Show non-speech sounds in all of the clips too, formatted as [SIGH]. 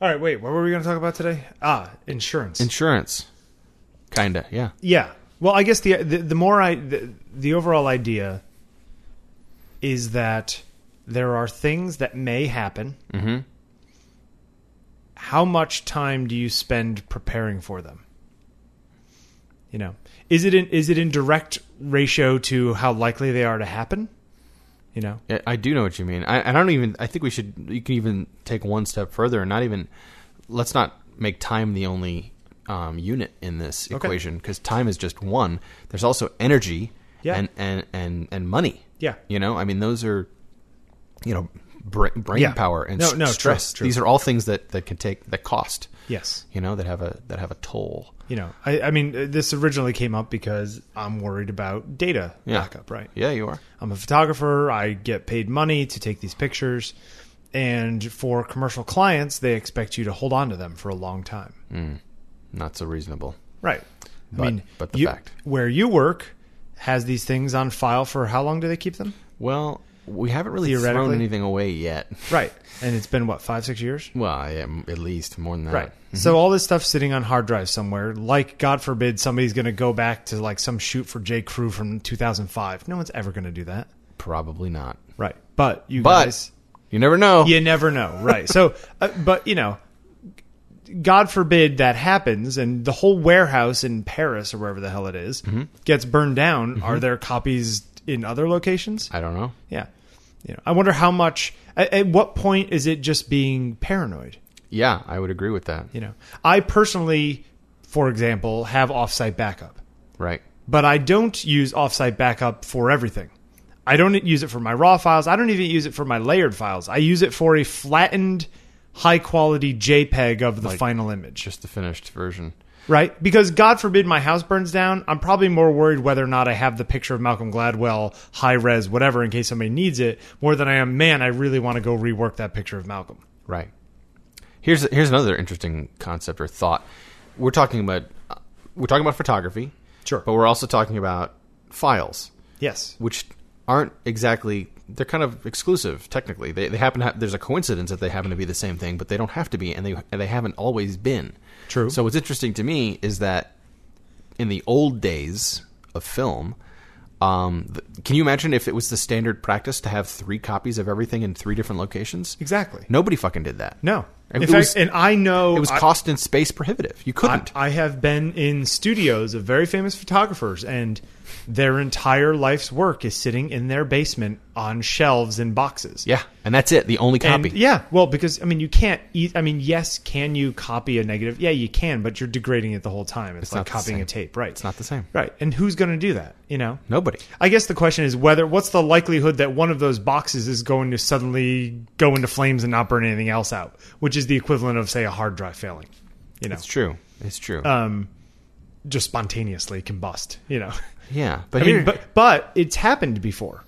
All right, wait. What were we going to talk about today? Ah, insurance. Insurance. Kinda, yeah. yeah. Well, I guess the the, the more I the, the overall idea is that there are things that may happen. Mm-hmm. How much time do you spend preparing for them? You know, is it in is it in direct ratio to how likely they are to happen? You know, Yeah, I do know what you mean. I, I don't even. I think we should. You can even take one step further and not even. Let's not make time the only um, unit in this equation because time is just one. There's also energy Yeah. and, and and and money. Yeah. you know. I mean, those are you know bra- brain Yeah. power and No, s- no, true, stress. true. These are all things that that can take that cost. yes. You know that have a that have a toll. you know, I, I mean, uh, this originally came up because I'm worried about data Yeah. backup, right? Yeah, you are. I'm a photographer. I get paid money to take these pictures. And for commercial clients, they expect you to hold on to them for a long time. Not so reasonable. Right. But- I mean, but the you- fact. Where you work has these things on file for how long do they keep them? Well, we haven't really thrown Theoretically. anything away yet. [LAUGHS] Right. And it's been, what, five, six years? Well, yeah, m- at least more than that. Right. So all this stuff's sitting on hard drive somewhere. Like, God forbid, somebody's going to go back to like some shoot for J. Crew from 2005. No one's ever going to do that. Probably not. Right. But you But guys, you never know. you never know. Right. So, uh, but you know, God forbid that happens and the whole warehouse in Paris or wherever the hell it is, gets burned down. Are there copies in other locations? I don't know. Yeah. You know, I wonder how much, at, at what point is it just being paranoid? Yeah, I would agree with that. You know, I personally, for example, have offsite backup. Right. but I don't use offsite backup for everything. I don't use it for my raw files. I don't even use it for my layered files. I use it for a flattened, high quality JPEG of the final image, Just the finished version. right? Because God forbid my house burns down, I'm probably more worried whether or not I have the picture of Malcolm Gladwell, high res, whatever, in case somebody needs it, more than I am, man, I really want to go rework that picture of Malcolm. Right. Here's here's another interesting concept or thought. We're talking about uh, we're talking about photography. Sure. But we're also talking about files, Yes. which aren't exactly they're kind of exclusive technically. They, they happen to ha- there's a coincidence that they happen to be the same thing, but they don't have to be and they and they haven't always been. True. So what's interesting to me is that in the old days of film, um, th- can you imagine if it was the standard practice to have three copies of everything in three different locations? Exactly. Nobody fucking did that. No. In It fact, was- and I know It was I- cost and space prohibitive. You I, couldn't. I have been in studios of very famous photographers, and their entire life's work is sitting in their basement on shelves and boxes. yeah, and that's it. The only And copy. yeah, well, because I mean, you can't. E- I mean, yes, can you copy a negative? Yeah, you can, but you're degrading it the whole time. It's, not like the copying same. a tape, right? It's not the same. right. And who's going to do that? You know. Nobody. I guess the question is whether what's the likelihood that one of those boxes is going to suddenly go into flames and not burn anything else out, which is the equivalent of say a hard drive failing. You know, It's true. It's true. Uh, just spontaneously combust. You [LAUGHS] know, yeah, but I here, mean, but [LAUGHS] but it's happened before.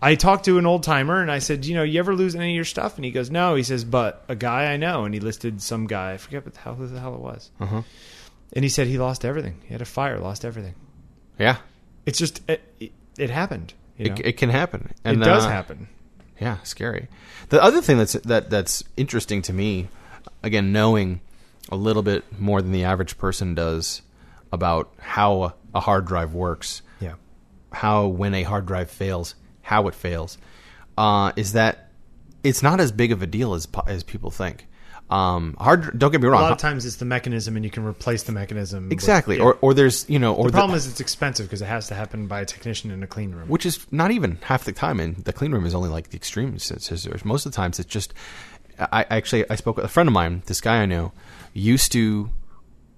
I talked to an old timer and I said, "You know, you ever lose any of your stuff?" And he goes, "No." He says, "But a guy I know," and he listed some guy. I forget what the hell, who the hell it was. Uh-huh. And he said he lost everything. He had a fire, lost everything. yeah, It's just it, it, it happened. You know? it, it can happen. It And, does uh, happen. Yeah, scary. The other thing that's that that's interesting to me, again, knowing a little bit more than the average person does about how a hard drive works, Yeah. how when a hard drive fails, how it fails, uh, is that it's not as big of a deal as po- as people think. Um, hard. Don't get me A wrong. lot of times it's the mechanism, and you can replace the mechanism. with- Exactly, yeah. or or there's you know, or the problem is it's expensive because it has to happen by a technician in a clean room. which is not even half the time. And the clean room is only like the extreme scissors. Most of the times, it's just. I I actually I spoke with a friend of mine. This guy I know used to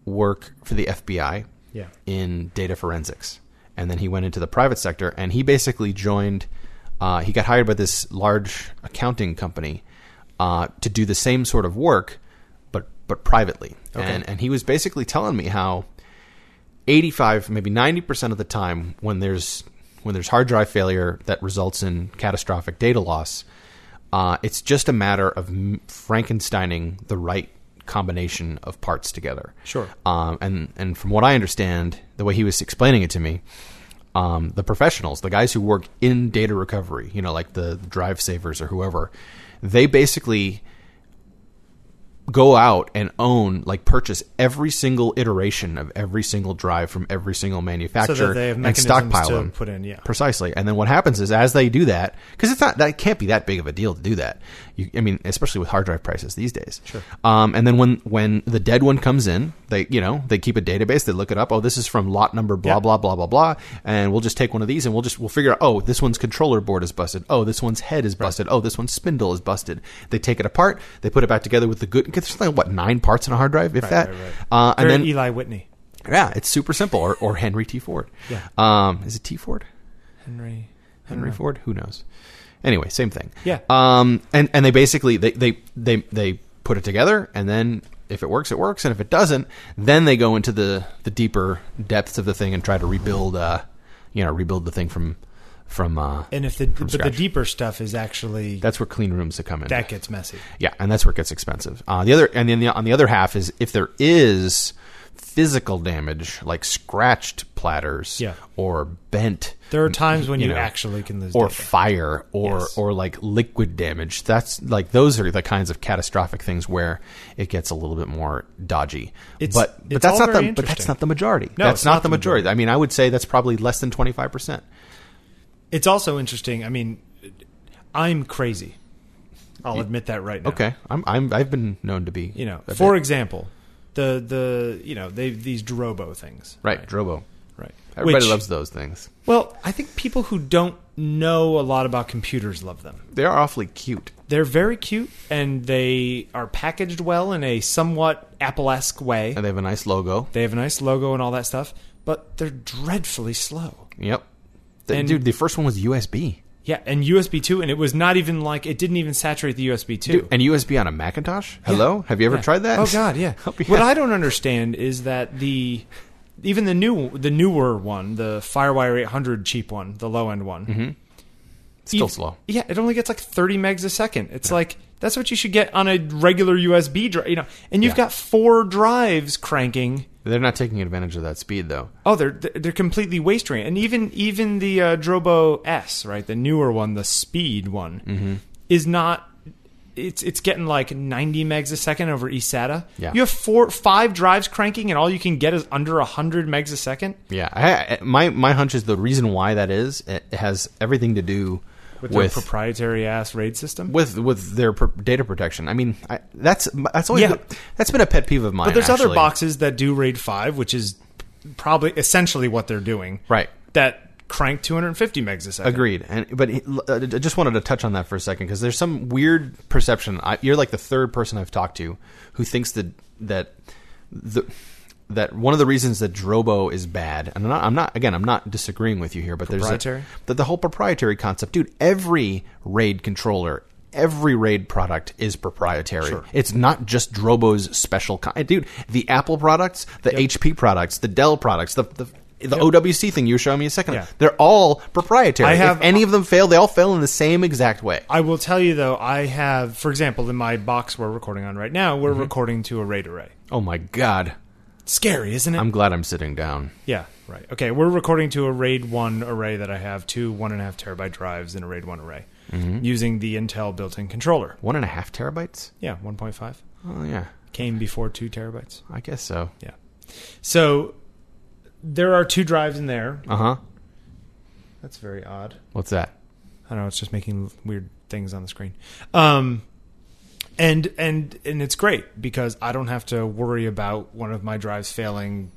work for the FBI Yeah. in data forensics, and then he went into the private sector, and he basically joined. Uh, he got hired by this large accounting company uh, to do the same sort of work, but but privately. And and he was basically telling me how 85 maybe 90% of the time when there's when there's hard drive failure that results in catastrophic data loss uh, it's just a matter of m- frankensteining the right combination of parts together Sure. um, and and from what i understand the way he was explaining it to me um, the professionals, the guys who work in data recovery, you know, like the drive savers or whoever, they basically go out and own, like purchase every single iteration of every single drive from every single manufacturer so that they have and mechanisms stockpile to them. put in. Yeah, Precisely. And then what happens is as they do that, because it's not that can't be that big of a deal to do that. You, I mean, especially with hard drive prices these days. Sure. Um, and then when when the dead one comes in, they you know they keep a database. They look it up. Oh, this is from lot number blah Yeah. blah blah blah blah. And we'll just take one of these and we'll just we'll figure out. Oh, this one's controller board is busted. Oh, this one's head is busted. Oh, this one's spindle is busted. They take it apart. They put it back together with the good. 'cause there's like what nine parts in a hard drive, if that. right, Uh, and Very then Eli Whitney, yeah, it's super simple. Or, or Henry T. Ford. Yeah. Um, is it T. Ford? Henry. Henry Ford, who knows? Anyway, same thing. Yeah. Um, and and they basically they they they they put it together, and then if it works, it works, and if it doesn't, then they go into the the deeper depths of the thing and try to rebuild, uh, you know, rebuild the thing from from. Uh, And if the but the scratch. deeper stuff is actually that's where clean rooms to come in. that gets messy. Yeah, and that's where it gets expensive. Uh, the other, and then the, on the other half is if there is physical damage, like scratched platters, Yeah. or bent, There are times when you, Mm-hmm. You know, actually can lose or data. fire, or Yes. or like liquid damage. That's like those are the kinds of catastrophic things where it gets a little bit more dodgy. It's- but but it's that's all not very the but that's interesting. not the majority. No, that's it's not, not the the majority. I mean, I would say that's probably less than twenty five percent. It's also interesting. I mean, I'm crazy. I'll admit that right now. Okay, I'm, I'm I've been known to be You know, a for bit- example, the the you know they these Drobo things. right Drobo. Right. Everybody Which- loves those things. Well, I think people who don't know a lot about computers love them. They are awfully cute. They're very cute and they are packaged well in a somewhat Apple-esque way. And they have a nice logo. They have a nice logo and all that stuff, but they're dreadfully slow. Yep. The- And- dude, the first one was USB. Yeah, and USB 2 and it was not even like it didn't even saturate the USB 2. And USB on a Macintosh? Hello? Have you ever Yeah. tried that? Oh God, [LAUGHS] yeah. Oh, yeah. What I don't understand is that the even the new the newer one, the FireWire 800 cheap one, the low end one, Mm-hmm. Still ev- slow. Yeah, it only gets like 30 megs a second. It's like that's what you should get on a regular USB drive, you know. And you've Yeah. got four drives cranking. They're not taking advantage of that speed, though. Oh, they're they're completely wasting it. And even even the uh, Drobo S, right, the newer one, the speed one, Mm-hmm. is not. It's it's getting like 90 megs a second over eSATA. Yeah. You have four five drives cranking, and all you can get is under 100 megs a second. Yeah. I, I- my, my hunch is the reason why that is, it has everything to do with. With, their proprietary ass raid system. with with their pr- data protection, I mean I, that's that's always Yeah. that's been a pet peeve of mine. but there's actually. other boxes that do raid five, which is probably essentially what they're doing. right? That crank 250 megs a second. Agreed. And but he- uh, I just wanted to touch on that for a second because there's some weird perception. I, you're like the third person I've talked to who thinks that that the that one of the reasons that Drobo is bad, and I'm not, I'm not again, I'm not disagreeing with you here, but there's Proprietary? a, that the whole proprietary concept, dude. Every RAID controller, every RAID product is proprietary. It's not just Drobo's special kind, dude. The Apple products, the HP products, the Dell products, the the, the OWC thing you were showing me a second, Yeah. they're all proprietary. I If have- any of them fail, they all fail in the same exact way. I will tell you though, I have, for example, in my box we're recording on right now, we're recording to a RAID array. Oh my god. Scary, isn't it? I'm glad I'm sitting down. yeah, right. Okay, we're recording to a RAID one array that I have two one and a half terabyte drives in a RAID one array using the Intel built-in controller. One and a half terabytes? Yeah, one point five Oh yeah. came before two terabytes. I guess so. Yeah, so there are two drives in there. Uh huh. That's very odd. What's that? I don't know. It's just making weird things on the screen. Um, and and and it's great because I don't have to worry about one of my drives failing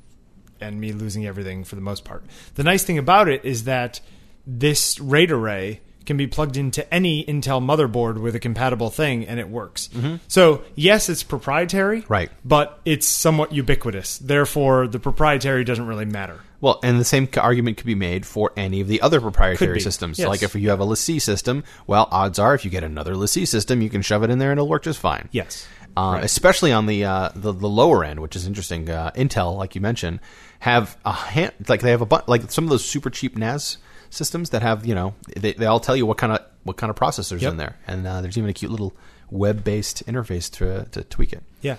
and me losing everything for the most part. The nice thing about it is that this RAID array can be plugged into any Intel motherboard with a compatible thing and it works. So, yes, it's proprietary. Right. But it's somewhat ubiquitous. Therefore, the proprietary doesn't really matter. Well, and the same c- argument could be made for any of the other Could proprietary be, systems. yes. Like if you have a LaCie system, well, odds are if you get another LaCie system, you can shove it in there and it'll work just fine. Yes. Uh, Especially on the, uh, the the lower end, which is interesting. Uh, Intel, like you mentioned, have a hand, like they have a bu- like some of those super cheap NAS systems that have you know they, they all tell you what kind of what kind of processors Yep. in there, and uh, there's even a cute little web based interface to to tweak it. Yeah.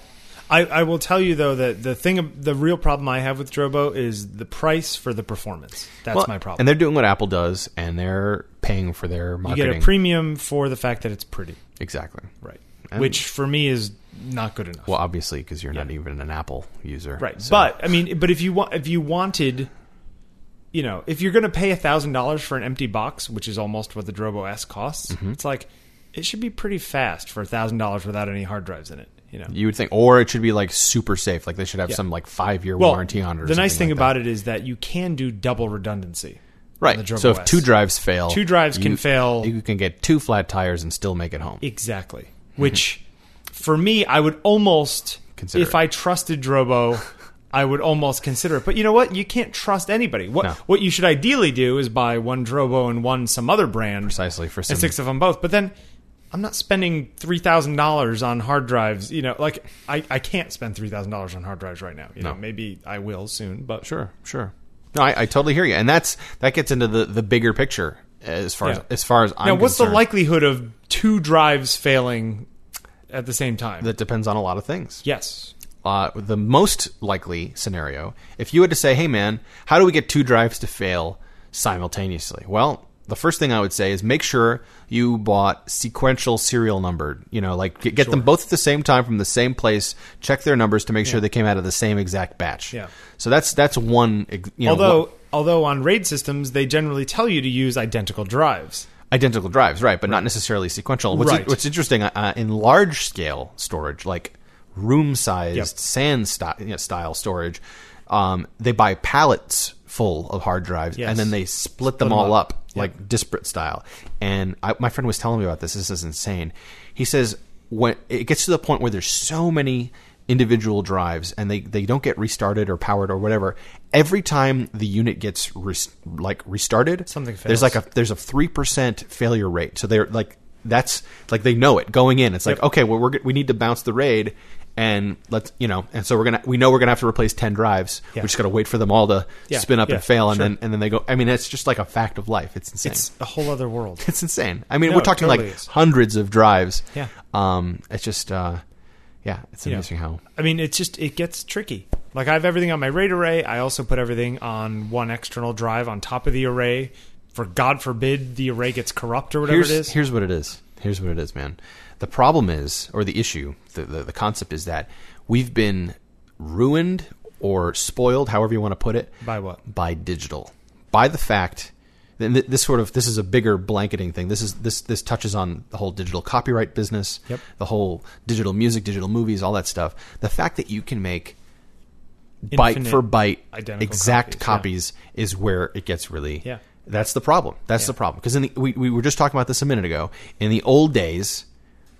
I, I will tell you though that the thing the real problem I have with Drobo is the price for the performance. That's Well, my And problem. they're doing what Apple does, and they're paying for their You marketing. get a premium for the fact that it's pretty, exactly. right? And- Which for me is not good enough. Well, obviously, because you're not Yeah. even an Apple user, right. so- But I mean, but if you want, if you wanted, you know, if you're going to pay thousand dollars for an empty box, which is almost what the Drobo S costs, Mm-hmm. it's like it should be pretty fast for thousand dollars without any hard drives in it. You know, you would think, or it should be like super safe. Like they should have Yeah. some like five year Well, warranty on it. Or the nice something thing like about that. it is that you can do double redundancy. on the right? So if DroboS. two drives fail, Two drives can you- fail. You can get two flat tires and still make it home. Exactly. Which, for me, I would almost Consider if it. I trusted Drobo, I would almost consider it. But you know what? You can't trust anybody. What No. What you should ideally do is buy one Drobo and one some other brand, Precisely for some and six of them both. But then. I'm not spending three thousand dollars on hard drives. You know, like I, I can't spend three thousand dollars on hard drives right now. You No. know, maybe I will soon, but Sure, sure. No, I, I totally hear you, and that's that gets into the the bigger picture as far Yeah. as as far as I'm Now, what's concerned. the likelihood of two drives failing at the same time? That depends on a lot of things. yes. Uh, the most likely scenario, if you had to say, "Hey, man, how do we get two drives to fail simultaneously?" Well, the first thing I would say is make sure you bought sequential serial numbered. You know, like get, get them both at the same time from the same place. Check their numbers to make sure they came out of the same exact batch. Yeah. So that's that's one. ex- You know, although, one- although on RAID systems, they generally tell you to use identical drives. identical drives, right? But not necessarily sequential. What's, Right. what's interesting uh, in large scale storage, like room sized Yep. SAN sti- you know, style storage, um, they buy pallets full of hard drives Yes. and then they split, them 'em all up. up, like disparate style. And I, my friend was telling me about this. This is insane. He says when it gets to the point where there's so many individual drives and they, they don't get restarted or powered or whatever every time the unit gets res, like restarted Something there's fails. like a there's a three percent failure rate. So they're like that's like they know it going in. It's like okay, well we're g- we need to bounce the raid and let's you know and so we're gonna we know we're gonna have to replace 10 drives Yeah. we're just gonna wait for them all to Yeah, spin up yeah, and fail and sure. then and then they go i mean that's just like a fact of life it's insane It's [LAUGHS] it's, a whole other world. insane i mean No, we're talking totally like is. hundreds of drives Yeah. um it's just uh yeah it's You know. amazing how I mean, it's just it gets tricky. Like I have everything on my RAID array. I also put everything on one external drive on top of the array. For God forbid the array gets corrupt or whatever here's, it is. Here's what it is. Here's what it is, man. The problem is, or the issue, the, the, the concept is that we've been ruined or spoiled, however you want to put it, By what? by digital, by the fact. Then th- this sort of this is a bigger blanketing thing. This is this this touches on the whole digital copyright business, Yep. the whole digital music, digital movies, all that stuff. The fact that you can make byte Infinite for byte identical exact copies, copies is where it gets really Yeah. that's the problem that's the problem because we, we were just talking about this a minute ago in the old days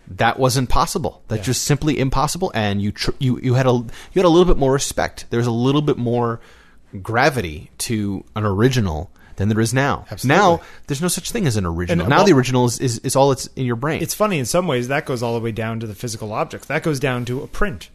that wasn't possible that's Yeah. just simply impossible and you tr- you you had a you had a little bit more respect there was a little bit more gravity to an original than there is now now there's no such thing as an original And, now well- the original is, is, is all it's in your brain It's funny in some ways that goes all the way down to the physical objects. That goes down to a print.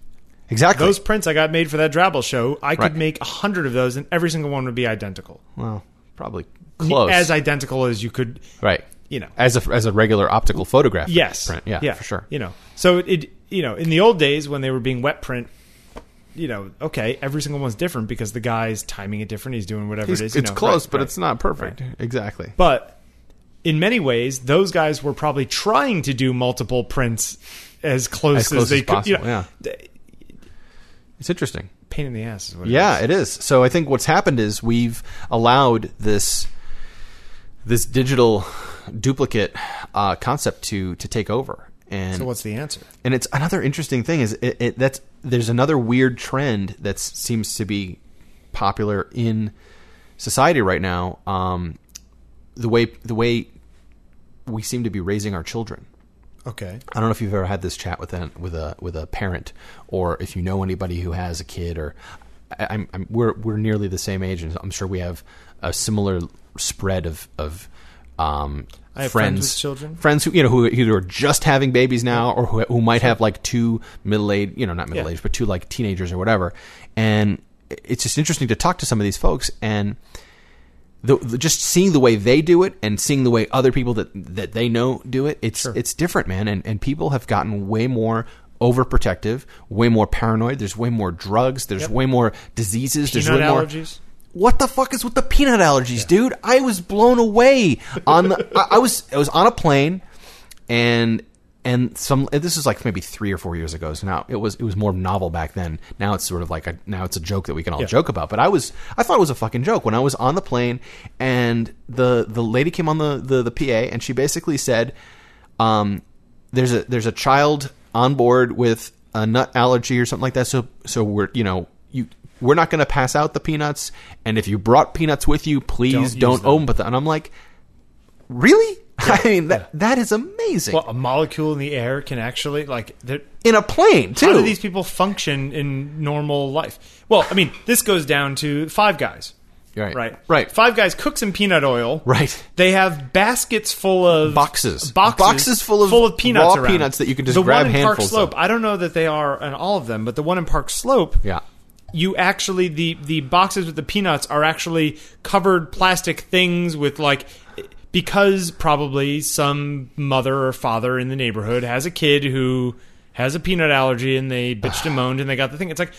exactly Those prints I got made for that Drabble show, I could Right. make a hundred of those, and every single one would be identical, well probably close as identical as you could. right You know. as a as a regular optical photograph Yes. print. yeah for sure You know. So it, you know, in the old days when they were being wet print, you know, okay, every single one's different because the guy's timing it different. He's doing whatever He's- it is. it's you know. close, Right, but right. it's not perfect. Exactly. But in many ways, those guys were probably trying to do multiple prints as close as, As close they as could. you possible, know. yeah. D- It's interesting. Pain in the ass is what. Yeah, It is. it is. So I think what's happened is we've allowed this this digital duplicate uh, concept to to take over. And So what's the answer? and it's another interesting thing is it, it that's there's another weird trend that seems to be popular in society right now um, the way the way we seem to be raising our children Okay. I don't know if you've ever had this chat with a with a with a parent, or if you know anybody who has a kid, or I, I'm, I'm we're we're nearly the same age, and I'm sure we have a similar spread of of um, I have friends with children. friends who you know who either are just having babies now, or who, who might have like two middle aged, you know, not middle aged, but two like teenagers or whatever, and it's just interesting to talk to some of these folks and the, the, just seeing the way they do it and seeing the way other people that that they know do it, it's it's different, man. And and people have gotten way more overprotective, way more paranoid. There's way more drugs. There's Yep. way more diseases. there's Peanut way more allergies? What the fuck is with the peanut allergies, dude? I was blown away on the. I, I was I was on a plane, and and some this is like maybe three or four years ago. So now it was it was more novel back then. Now it's sort of like a, now it's a joke that we can all Yeah. joke about. But I was I thought it was a fucking joke when I was on the plane and the the lady came on the the, the PA and she basically said, um, "There's a there's a child on board with a nut allergy or something like that. So so we're you know you." We're not going to pass out the peanuts, and if you brought peanuts with you, please use don't, them. open them. And I'm like, really? [LAUGHS] I mean, that that is amazing Well, a molecule in the air can actually like. they're- in a plane too. How do these people function in normal life? Well, I mean, this goes down to Five Guys, right, right? right, Five Guys cook some peanut oil. right. They have baskets full of Boxes. boxes, Boxes full of peanuts, raw around. peanuts that you can just the grab one in Park handfuls of. Slope. I don't know that they are on all of them, but the one in Park Slope, Yeah, you actually the the boxes with the peanuts are actually covered plastic things with like because probably some mother or father in the neighborhood has a kid who has a peanut allergy and they bitched and moaned and they got the thing it's like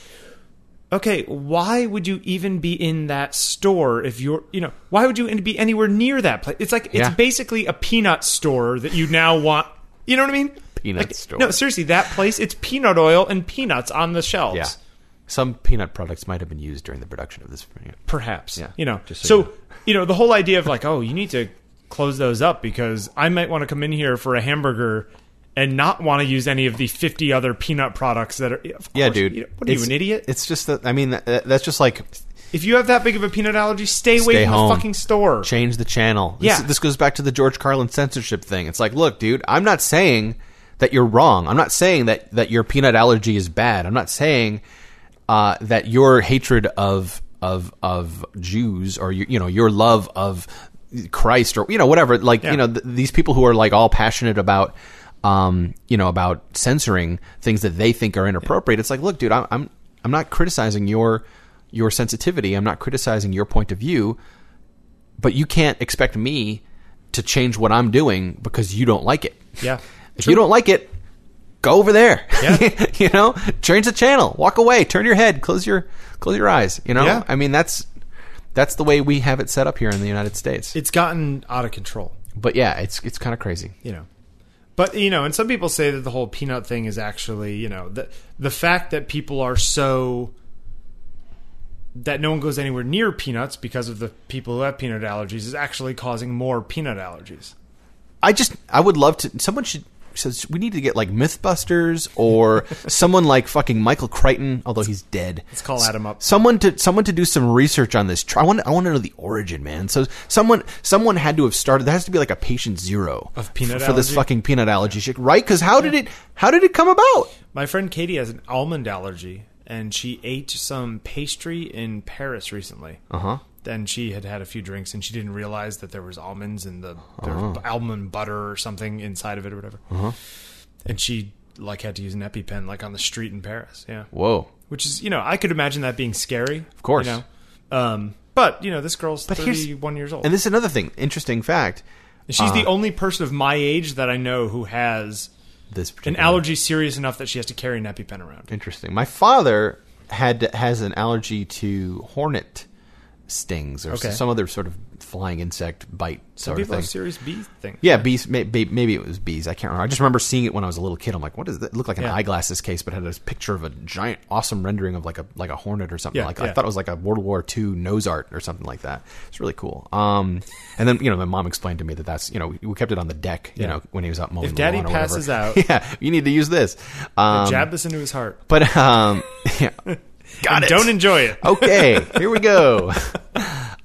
okay why would you even be in that store if you're you know why would you be anywhere near that place it's like Yeah. it's basically a peanut store that you now want you know what i mean Peanut Like, store. no seriously that place it's peanut oil and peanuts on the shelves yeah. Some peanut products might have been used during the production of this. video. perhaps Yeah, you know just so, so you know. you know the whole idea of like oh you need to close those up because i might want to come in here for a hamburger and not want to use any of the 50 other peanut products that are of Yeah, course, dude. you know, what are you It's- an idiot It's just that. I mean, that, that- that's just like if you have that big of a peanut allergy stay away Stay from home. the fucking store change the channel. This, Yeah. this goes back to the George Carlin censorship thing. It's like, look, dude, I'm not saying that you're wrong. I'm not saying that that your peanut allergy is bad. I'm not saying uh, that your hatred of of of Jews or you, you know your love of Christ or you know whatever. Like Yeah. you know th- these people who are like all passionate about. Um, you know about censoring things that they think are inappropriate. It's like, look, dude, I'm, I'm I'm not criticizing your your sensitivity. I'm not criticizing your point of view but you can't expect me to change what I'm doing because you don't like it. yeah [LAUGHS] If you don't like it, go over there. Yeah. [LAUGHS] you know, change the channel, walk away, turn your head, close your close your eyes. You know, Yeah. I mean that's that's the way we have it set up here in the United States. it's gotten out of control but yeah, it's it's kind of crazy. you know but you know and some people say that the whole peanut thing is actually you know the the fact that people are so that no one goes anywhere near peanuts because of the people who have peanut allergies is actually causing more peanut allergies I just I would love to. Someone should says we need to get like MythBusters or [LAUGHS] someone like fucking Michael Crichton, although he's dead. Let's call Adam up. Someone to someone to do some research on this. Try- I want I want to know the origin, man. So someone someone had to have started. There has to be like a patient zero Of peanut for, for this allergy? fucking peanut allergy shit, right? Because how did it how did it come about? my friend katie has an almond allergy and she ate some pastry in paris recently Uh huh. then she had had a few drinks and she didn't realize that there was almonds in the there Oh. was almond butter or something inside of it or whatever. Uh-huh. And she like had to use an EpiPen like on the street in Paris. Yeah, Whoa. which is you know I could imagine that being scary. Of course. you know. Um, but you know this girl's here's- thirty-one years old, And uh, and this is another thing. Interesting fact. she's the only person of my age that I know who has This an particular- allergy serious enough that she has to carry an EpiPen around. Interesting. My father had has an allergy to hornet stings or Okay. some other sort of flying insect bite Some sort of people thing. have serious bee things. yeah, bees. may- may- Maybe it was bees. I can't remember. I just remember seeing it when I was a little kid. I'm like, what is that? It looked like an Yeah. eyeglasses case, but had this picture of a giant, awesome rendering of like a like a hornet or something. Yeah, like I yeah. thought it was like a World War II nose art or something like that. It's really cool. Um, and then you know, my mom explained to me that that's you know we, we kept it on the deck. You Yeah. know, when he was out mowing If the Daddy lawn or whatever. passes out- [LAUGHS] yeah, you need to use this. Um, Jab this into his heart. but um, [LAUGHS] yeah. [LAUGHS] And got it. Oh. Don't enjoy it. [LAUGHS] okay, here we go.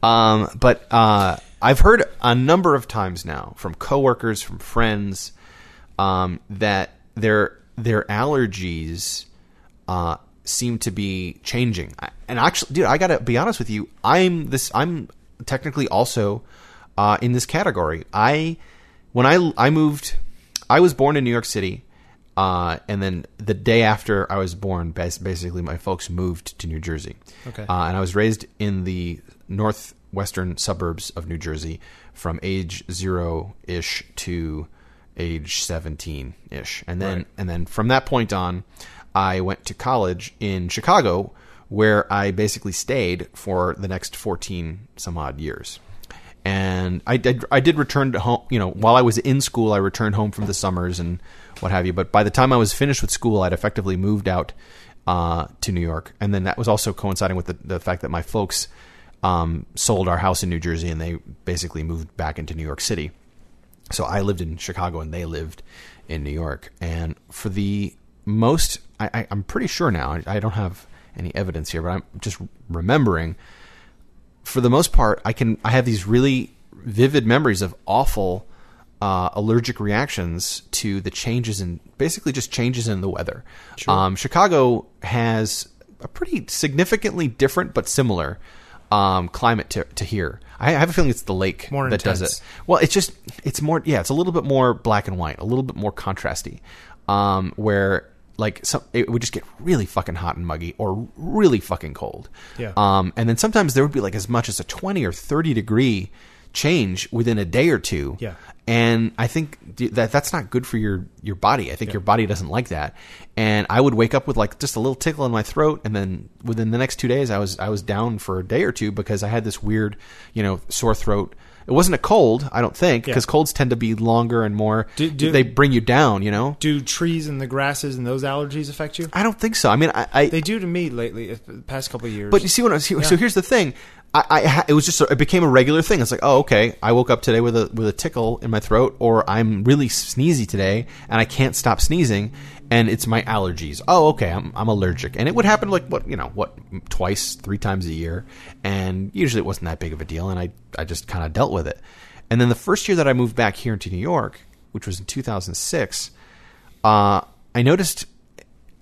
Um, but uh, I've heard a number of times now from coworkers, from friends, um, that their their allergies uh, seem to be changing. I- And actually, dude, I gotta be honest with you. I'm this. I'm technically also uh, in this category. I when I I moved, I was born in New York City. Uh, and then the day after I was born, bas- basically my folks moved to New Jersey. Okay. Uh, and I was raised in the northwestern suburbs of New Jersey from age zero ish to age 17 ish. And then, Right. and then from that point on, I went to college in Chicago where I basically stayed for the next 14 some odd years. and I did, I did return to home. You know, while I was in school, I returned home from the summers and what have you. But by the time I was finished with school, I'd effectively moved out uh, to New York, and then that was also coinciding with the, the fact that my folks um, sold our house in New Jersey and they basically moved back into New York City. So I lived in Chicago and they lived in New York. And for the most, I, I, I'm pretty sure now. I, I don't have any evidence here, but I'm just remembering for the most part, I can I have these really vivid memories of awful uh, allergic reactions to the changes in basically just changes in the weather. Sure. Um, Chicago has a pretty significantly different but similar um, climate to, to here. I have a feeling it's the lake More that does intense. it. Well, it's just it's more yeah, it's a little bit more black and white, a little bit more contrasty. Um, where like some it would just get really fucking hot and muggy or really fucking cold. Yeah. Um, and then sometimes there would be like as much as a 20 or 30 degree change within a day or two. Yeah. And I think d- that that's not good for your your body. I think your body doesn't like that. And I would wake up with like just a little tickle in my throat and then within the next 2 days I was I was down for a day or two because I had this weird, you know, sore throat. It wasn't a cold, I don't think, Yeah. because colds tend to be longer and more Do- do- they bring you down, you know. Do trees and the grasses and those allergies affect you? I don't think so. I mean, I, I They do to me lately, if- the past couple of years. But you see what I see. So Yeah. here's the thing. I, I ha- it was just a, it became a regular thing. It's like, oh, okay. I woke up today with a with a tickle in my throat, or I'm really sneezy today, and I can't stop sneezing, and it's my allergies. Oh, okay. I'm I'm allergic, and it would happen like what you know what twice, three times a year, and usually it wasn't that big of a deal, and I I just kind of dealt with it. And then the first year that I moved back here into New York, which was in 2006, uh, I noticed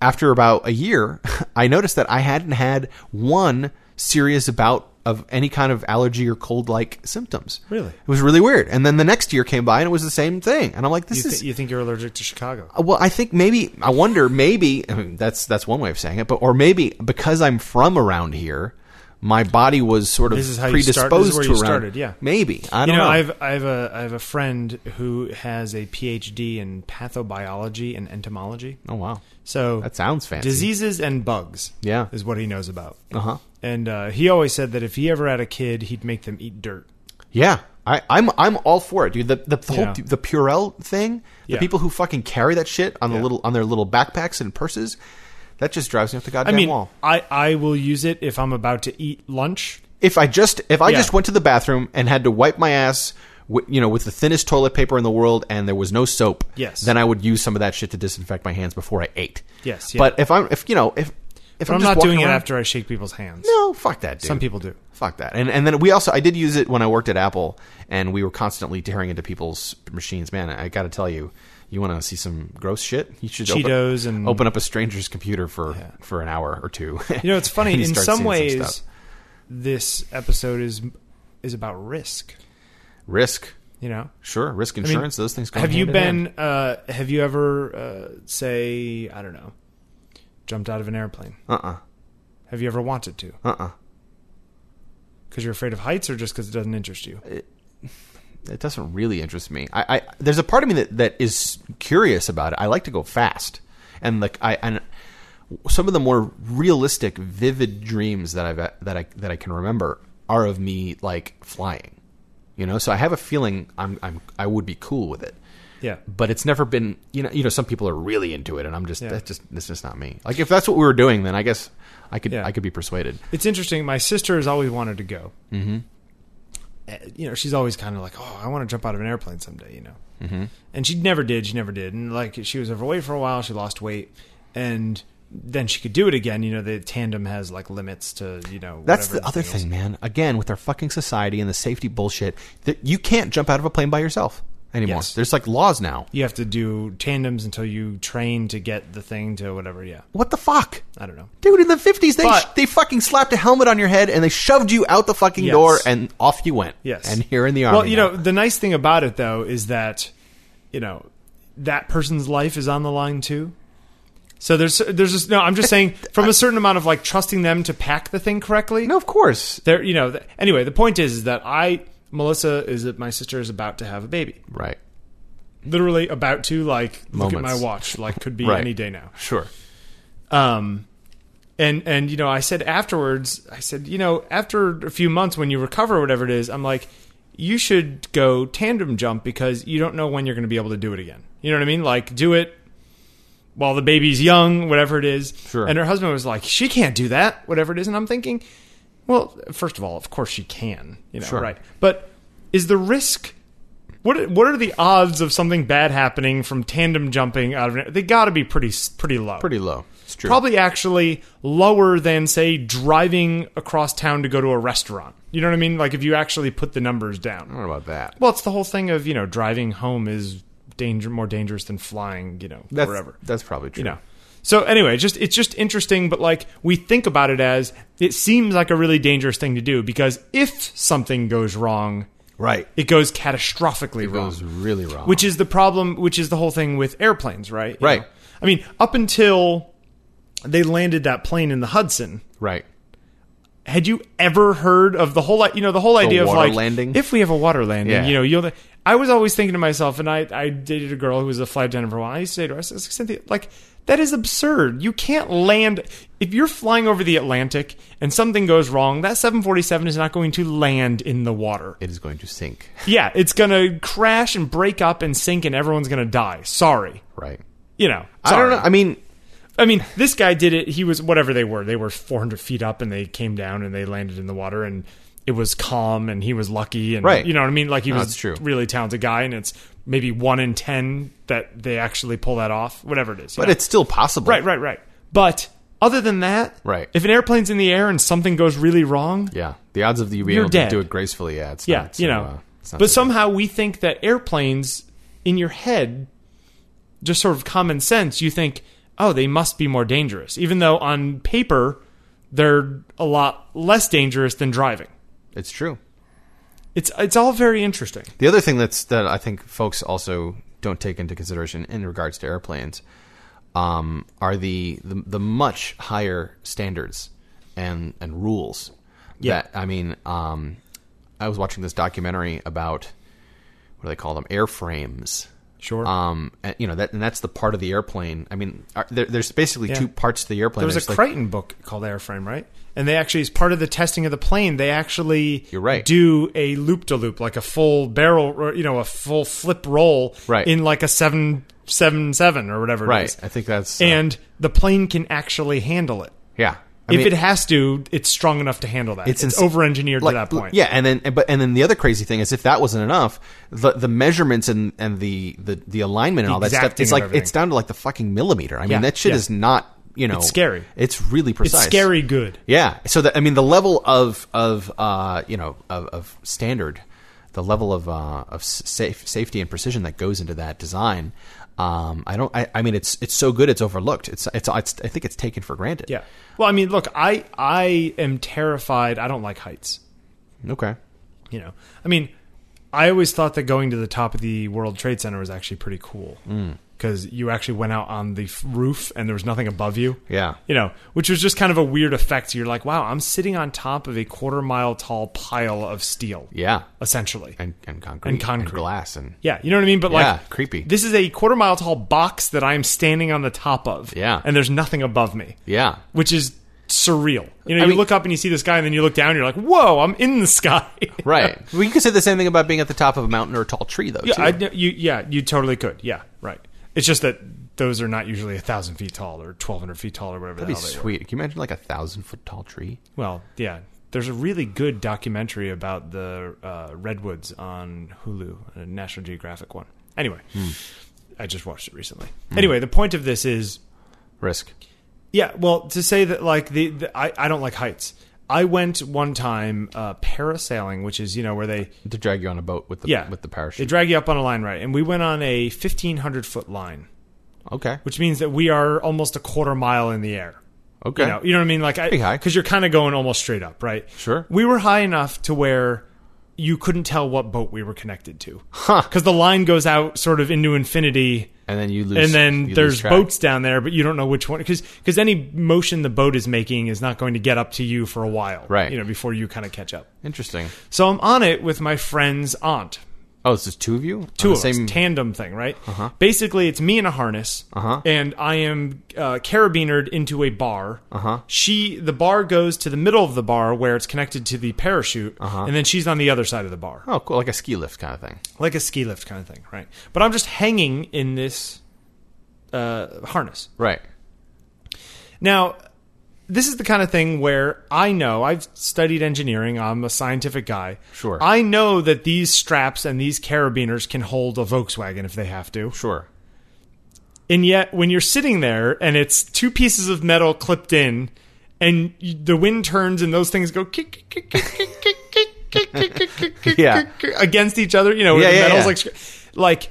after about a year, [LAUGHS] I noticed that I hadn't had one serious bout of any kind of allergy or cold like symptoms. Really? It was really weird. And then the next year came by and it was the same thing. And I'm like, this you, is uh, thi- you think you're allergic to Chicago? well, I think maybe I wonder maybe I mean, that's that's one way of saying it, but or maybe because I'm from around here, my body was sort of This is how you predisposed start- this is where to you around. started, yeah. maybe I you don't know, know. I've I've a I have a friend who has a PhD in pathobiology and entomology. oh wow, So that sounds fancy. diseases and bugs. Yeah. is what he knows about. Uh huh. And uh, he always said that if he ever had a kid, he'd make them eat dirt. Yeah, I, I'm I'm all for it, dude. The the, whole Yeah. the Purell thing, the Yeah. people who fucking carry that shit on the Yeah. little on their little backpacks and purses, that just drives me up the I goddamn mean, wall. I I will use it if I'm about to eat lunch. If I just if I Yeah. just went to the bathroom and had to wipe my ass, wi- you know, with the thinnest toilet paper in the world and there was no soap, Yes. then I would use some of that shit to disinfect my hands before I ate. Yes, yeah. but if I'm if you know if if But I'm, just not doing walking it around- after I shake people's hands. No, fuck that, dude. Some people do. Fuck that. And and then we also I did use it when I worked at Apple and we were constantly tearing into people's machines. Man, I got to tell you, you want to see some gross shit? You should Cheetos open, and- open up a stranger's computer for Yeah. for an hour or two. [LAUGHS] You know, it's funny. [LAUGHS] And in you start some seeing ways, some stuff. this episode is is about risk. risk, You know, sure, risk insurance, those things. Go have you hand in hand. been? Uh, have you ever uh, say I don't know, jumped out of an airplane? Uh Have you ever wanted to? uh-uh, uh uh Because you're afraid of heights, or just because it doesn't interest you? It doesn't really interest me. I, I there's a part of me that, that is curious about it. I like to go fast, and like I and some of the more realistic, vivid dreams that I've that I that I can remember are of me like flying, you know. So I have a feeling I'm I'm I would be cool with it, Yeah. but it's never been you know you know some people are really into it, and I'm just Yeah. that's just that's just not me. Like if that's what we were doing, then I guess I could Yeah. I could be persuaded. It's interesting. My sister has always wanted to go. Mm-hmm. You know, she's always kind of like, "Oh, I want to jump out of an airplane someday." You know, mm-hmm. and she never did. She never did. And like, she was overweight for a while. She lost weight, and then she could do it again. You know, the tandem has like limits to you know. That's whatever the other else. thing, man. Again, with our fucking society and the safety bullshit, that you can't jump out of a plane by yourself anymore. Yes. There's like laws now. You have to do tandems until you train to get the thing to whatever. Yeah, What the fuck? I don't know. Dude, in the 50s, they But- they fucking slapped a helmet on your head and they shoved you out the fucking Yes. door and off you went. Yes. And here in the army. Well, you now. know, the nice thing about it though is that, you know, that person's life is on the line too. So there's there's just no. I'm just saying [LAUGHS] from a certain amount of like trusting them to pack the thing correctly. No, of course. There, you know. Th- anyway, the point is, is that I Melissa is that my sister is about to have a baby. Right. Literally about to like look at my Moments. watch. Like could be Right. any day now. Sure. Um, and and you know, I said afterwards, I said, you know, after a few months when you recover, or whatever it is, I'm like, you should go tandem jump because you don't know when you're going to be able to do it again. You know what I mean? Like, do it while the baby's young, whatever it is. Sure. And her husband was like, she can't do that, whatever it is. And I'm thinking, well, first of all, of course she can, you know, Sure. right? But is the risk? What what are the odds of something bad happening from tandem jumping out of? an- They got to be pretty s- pretty low. Pretty low. It's true. Probably actually lower than say driving across town to go to a restaurant. You know what I mean? Like if you actually put the numbers down. I don't know about that. Well, it's the whole thing of you know driving home is danger more dangerous than flying. You know That's, wherever That's probably true. you know. So anyway, just it's just interesting, but like we think about it as it seems like a really dangerous thing to do because if something goes wrong, Right. it goes catastrophically It wrong goes really wrong. which is the problem which is the whole thing with airplanes right You Right. know? i mean up until they landed that plane in the hudson right. had you ever heard of the whole i- you know the whole idea of water like landing? if we have a water landing Yeah. you know you'll i was always thinking to myself and i i dated a girl who was a flight attendant for a while i used to say to her I said, cynthia like that is absurd you can't land if you're flying over the atlantic and something goes wrong that 747 is not going to land in the water It is going to sink. [LAUGHS] yeah, it's gonna crash and break up and sink, and everyone's gonna die. Sorry, Right. you know. I don't sorry. know. I mean, I mean, this guy did it. He was whatever they were. They were 400 feet up, and they came down and they landed in the water, and it was calm, and he was lucky, and Right. you know what I mean. Like he was that's true. really talented guy, and it's maybe one in ten that they actually pull that off. Whatever it is, you but know? it's still possible. right, right, right. But other than that, Right. If an airplane's in the air and something goes really wrong, Yeah. The odds of you being You're able dead. to do it gracefully, yeah, it's Yeah, not, you so, know. uh, it's not but so- somehow we think that airplanes in your head, just sort of common sense, you think, oh, they must be more dangerous, even though on paper they're a lot less dangerous than driving. it's true. It's it's all very interesting. The other thing that's that I think folks also don't take into consideration in regards to airplanes um, are the, the the much higher standards and and rules. Yeah. that- I mean, um, I was watching this documentary about what do they call them? Airframes. Sure. Um, and, you know that, and that's the part of the airplane. I mean, are, there, there's basically Yeah. two parts to the airplane. there was There's a like- Crichton book called Airframe, right? And they actually, as part of the testing of the plane, they actually You're right. do a loop to loop, like a full barrel, or, you know, a full flip roll, Right. in like a seven seven seven or whatever. It right. is. I think that's uh, and the plane can actually handle it. yeah. I If mean- it has to, it's strong enough to handle that. It's, ins- over-engineered like, to that point. Yeah, and then and- but and then the other crazy thing is if that wasn't enough, the the measurements and and the the, the alignment and all that stuff. exacting It's of like it's everything. down to like the fucking millimeter. I mean, Yeah, that shit yeah. is not you know It's scary. It's really it's precise. scary good. Yeah. So that I mean, the level of of uh, you know of, of standard, the level of uh, of s- safe safety and precision that goes into that design. Um, I don't. I, I mean, it's it's so good. It's overlooked. It's, it's it's I think it's taken for granted. Yeah. Well, I mean, look, I I am terrified. I don't like heights. Okay. You know, I mean, I always thought that going to the top of the World Trade Center was actually pretty cool Mm. because you actually went out on the f- roof and there was nothing above you. Yeah. You know, which was just kind of a weird effect. You're like, wow, I'm sitting on top of a quarter mile tall pile of steel, Yeah. essentially. And and concrete concrete. glass and Yeah, you know what I mean? But Yeah, like creepy. This is a quarter mile tall box that I'm standing on the top of. Yeah. And there's nothing above me. yeah. Which is surreal. You know, I you mean- look up and you see this guy and then you look down and you're like, Whoa, I'm in the sky. [LAUGHS] Right. well, you Uh, could say the same thing about being at the top of a mountain or a tall tree, though. yeah, too. I, you yeah, you totally could. Yeah, right. It's just that those are not usually a thousand feet tall or twelve hundred feet tall or whatever That'd be the hell they were. sweet. Can you imagine like a thousand foot tall tree? Well, yeah. There's a really good documentary about the uh, redwoods on Hulu, a National Geographic one. Anyway, Hmm. I just watched it recently. Anyway, the point of this is Risk. Yeah, well, to say that like the, the I, I don't like heights. I went one time uh, parasailing, which is you know where they To drag you on a boat with the yeah with the They parachute. drag you up on a line, right? And we went on a fifteen hundred foot line, okay. which means that we are almost a quarter mile in the air. Okay. You know, you know what I mean? Like Pretty high. because you're kind of going almost straight up, right? Sure. We were high enough to where you couldn't tell what boat we were connected to, Huh. Because the line goes out sort of into infinity, And then you lose. and then you lose there's track. boats down there, but you don't know which one because any motion the boat is making is not going to get up to you for a while, Right. You know, before you kind of catch up. Interesting. So I'm on it with my friend's aunt, Oh, this is two of you. two On of the same. us tandem thing, right? Basically, it's me in a harness, Uh-huh. and I am uh, carabinered into a bar. Uh-huh. She, the bar goes to the middle of the bar where it's connected to the parachute, Uh-huh. and then she's on the other side of the bar, oh, cool, like a ski lift kind of thing. like a ski lift kind of thing, right? But I'm just hanging in this uh, harness. Right. Now, this is the kind of thing where I know I've studied engineering. I'm a scientific guy. Sure. I know that these straps and these carabiners can hold a Volkswagen if they have to. Sure. And yet, when you're sitting there and it's two pieces of metal clipped in, and you, the wind turns and those things go kick, kick, kick, kick, kick, kick, kick, kick, kick, kick, kick, kick, Yeah. kick, kick, against each other, you know, Yeah, where the yeah, metal's yeah. like, scr- like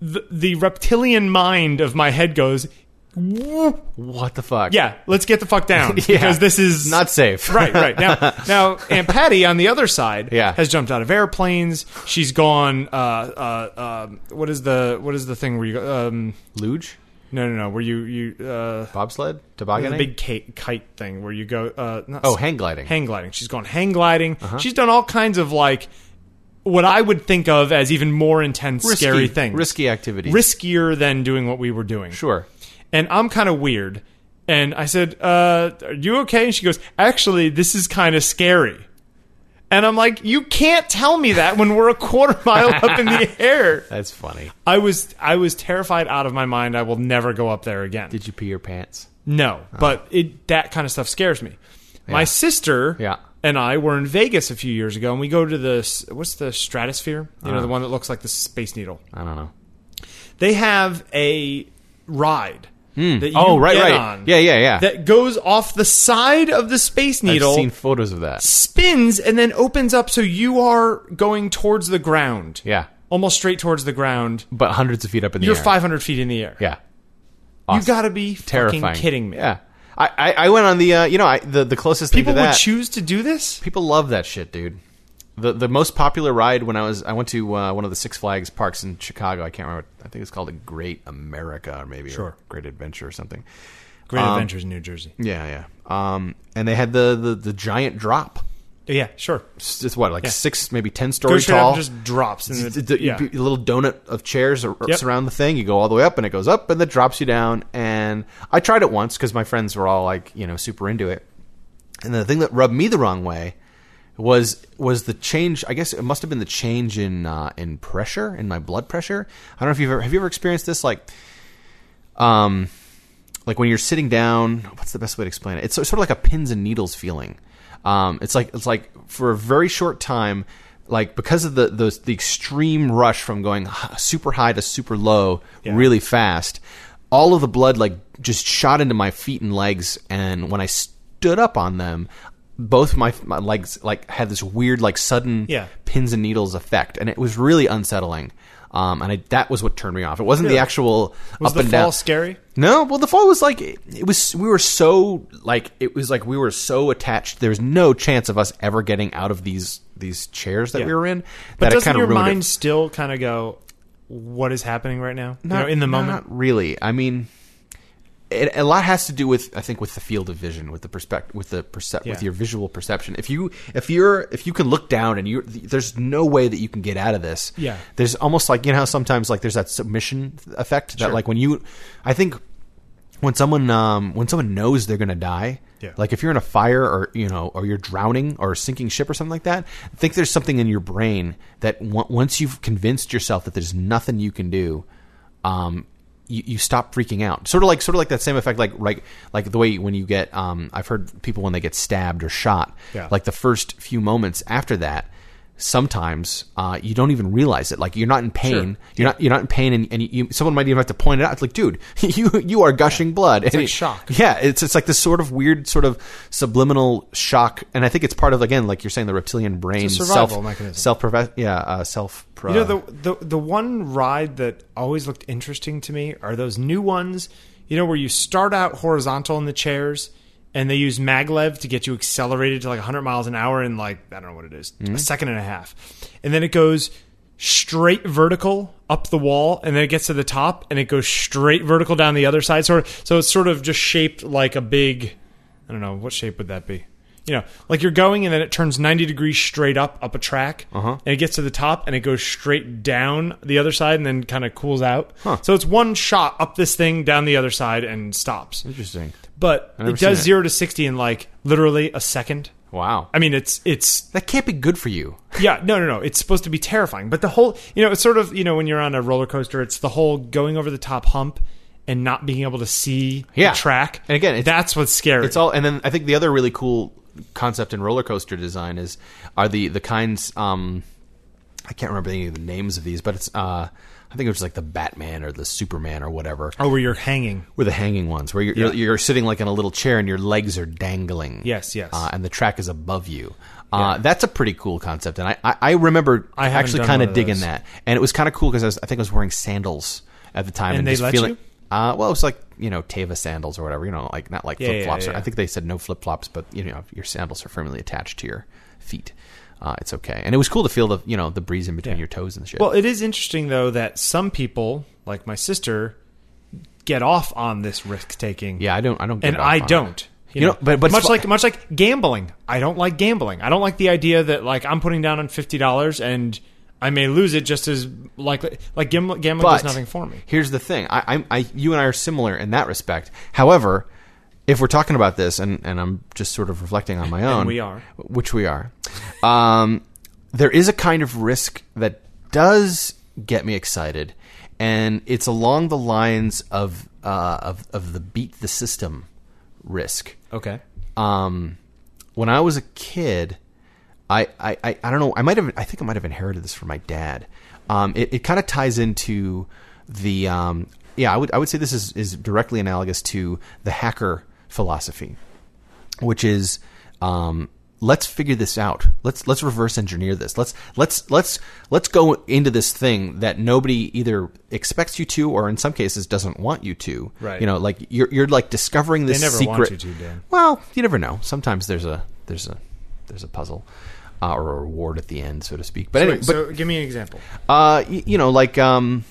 the, the reptilian mind of my head goes, "Whoop, What the fuck? yeah, let's get the fuck down [LAUGHS] Yeah. because this is Not safe. [LAUGHS] right, right. Now, now, Aunt Patty on the other side Yeah. has jumped out of airplanes. She's gone. Uh, uh, um what is the what is the thing where you go- um, [LAUGHS] Luge, no, no, no. Where you you uh, bobsled, the tobogganing. big kite, kite thing where you go? Uh, not, oh, Uh-huh. hang gliding. hang gliding. She's gone hang gliding. She's done all kinds of like what I would think of as even more intense, risky, scary things, Risky activities. riskier than doing what we were doing. Sure. And I'm kind of weird. And I said, uh, "Are you okay?" And she goes, "Actually, this is kind of scary." And I'm like, "You can't tell me that when we're a quarter [LAUGHS] mile up in [LAUGHS] the air." That's funny. I was I was terrified out of my mind. I will never go up there again. Did you pee your pants? No, but it that kind of stuff scares me. My sister Yeah. and I were in Vegas a few years ago, and we go to the s- what's the stratosphere? You Uh-huh. know, the one that looks like the Space Needle. I don't know. They have a ride that you Oh, right, get right. on Yeah, yeah, yeah. that goes off the side of the Space Needle, I've seen photos of that. spins, and then opens up so you are going towards the ground, Yeah, almost straight towards the ground. but hundreds of feet up in the You're air. 500 feet in the air. Yeah, You got to be terrifying. fucking kidding me. Yeah, I, I, I went on the uh, you know I, the the closest People thing to that. would choose to do this. People love that shit, dude. The the most popular ride when I was I went to uh, one of the Six Flags parks in Chicago. I can't remember. I think it's called a Great America or maybe or Sure. Great Adventure or something. Great Um, Adventures in New Jersey. Yeah, yeah. Um, and they had the the, the giant drop. Yeah, sure. It's it's what like six maybe ten Go story straight up tall. and just drops. And It's- it, it's a yeah. a little donut of chairs ar- Yep. surround the thing. You go all the way up, and it goes up, and it drops you down. And I tried it once because my friends were all like, you know, super into it. And the thing that rubbed me the wrong way was was the change. I guess it must have been the change in uh, in pressure in my blood pressure. I don't know if you've ever have you ever experienced this like, um, like when you're sitting down. What's the best way to explain it? It's so- sort of like a pins and needles feeling. Um, it's like it's like for a very short time, like because of the those the extreme rush from going h- super high to super low really fast, all of the blood like just shot into my feet and legs, and when I stood up on them. Both my, my legs like had this weird like sudden Yeah. pins and needles effect, and it was really unsettling. Um, and I, that was what turned me off. It wasn't the actual Was up the and fall down. scary? No, well, the fall was like it it was. We were so like it was like we were so attached. There was no chance of us ever getting out of these these chairs that Yeah. we were in. But that it doesn't kinda your ruined it. mind still kind of go, what is happening right now? you know, in the moment? Not really. I mean, it, a lot has to do with I think with the field of vision, with the perspective, with the percep- with Yeah. your visual perception. If you if you're if you can look down and you there's no way that you can get out of this. Yeah. There's almost like you know how sometimes like there's that submission effect that Sure. like when you I think when someone um when someone knows they're gonna die. Yeah. Like if you're in a fire or you know or you're drowning or a sinking ship or something like that, I think there's something in your brain that on- once you've convinced yourself that there's nothing you can do, um, you, you stop freaking out. Sort of like sort of like that same effect, like like like the way when you get, um, I've heard people when they get stabbed or shot, Yeah. like the first few moments after that. Sometimes uh, you don't even realize it. Like you're not in pain. You're not. You're not in pain, and, and you, someone might even have to point it out. It's like, dude, [LAUGHS] you you are gushing blood. It's like shock. yeah, it's it's like this sort of weird, sort of subliminal shock, and I think it's part of again, like you're saying, the reptilian brain survival self mechanism. self prove- yeah uh, self. Pro- You know, the, the the one ride that always looked interesting to me are those new ones. You know, where you start out horizontal in the chairs, and they use maglev to get you accelerated to like 100 miles an hour in like I don't know what it is, a second and a half, and then it goes straight vertical up the wall, and then it gets to the top, and it goes straight vertical down the other side. Sort of, so it's sort of just shaped like a big. I don't know what shape would that be. you know, like you're going and then it turns 90 degrees straight up, up a track, Uh-huh. and it gets to the top and it goes straight down the other side and then kind of cools out. So it's one shot up this thing, down the other side, and stops. Interesting. But never it seen does it. zero to 60 in like literally a second. Wow. I mean, it's it's that can't be good for you. yeah, no, no, no. It's supposed to be terrifying. But the whole, you know, it's sort of, you know, when you're on a roller coaster, it's the whole going over the top hump and not being able to see Yeah. the track. And again, it's- that's what's scary. It's all, and then I think the other really cool concept in roller coaster design is are the the kinds. Um, I can't remember any of the names of these, but it's. Uh, I think it was like the Batman or the Superman or whatever, oh, where you're hanging. were the hanging ones where you're, you're, you're sitting like in a little chair and your legs are dangling. Yes, yes. Uh, and the track is above you. Uh, That's a pretty cool concept, and I I, I remember I haven't actually done kind one of of digging those. that, and it was kind of cool because I, was- I think I was wearing sandals at the time, and, they just let feeling. you? Uh, well, it was like you know Teva sandals or whatever, you know, like not like Yeah, yeah, flip flops. yeah, yeah. I think they said no flip flops, but you know your sandals are firmly attached to your feet. Uh, it's okay, and it was cool to feel the you know the breeze in between Yeah. your toes and shit. Well, it is interesting, though, that some people, like my sister, get off on this risk taking. yeah, I don't, I don't, get and off I on it. don't. You know, but- but much it's- like much like gambling, I don't like gambling. I don't like the idea that like I'm putting down on fifty dollars and I may lose it just as likely. Like gambling, gambling does But nothing for me. Here's the thing: I, I'm- I, you and I are similar in that respect. However, if we're talking about this, and, and I'm just sort of [LAUGHS] reflecting on my own, we are. which we are. Um, there is a kind of risk that does get me excited, and it's along the lines of uh, of of the beat the system risk Okay. um, when I was a kid, I, I, I, I don't know. I might have. I think I might have inherited this from my dad. Um, it it kind of ties into the um, yeah. I would I would say this is is directly analogous to the hacker philosophy, which is um, let's figure this out. Let's let's reverse engineer this. Let's let's let's let's go into this thing that nobody either expects you to, or in some cases doesn't want you to. Right. You know, like you're you're like discovering this They never want secret. you to, Dan. Well, you never know. Sometimes there's a there's a there's a puzzle uh, or a reward at the end, so to speak. But anyway, Wait, but so give me an example. uh, y- you know, like um,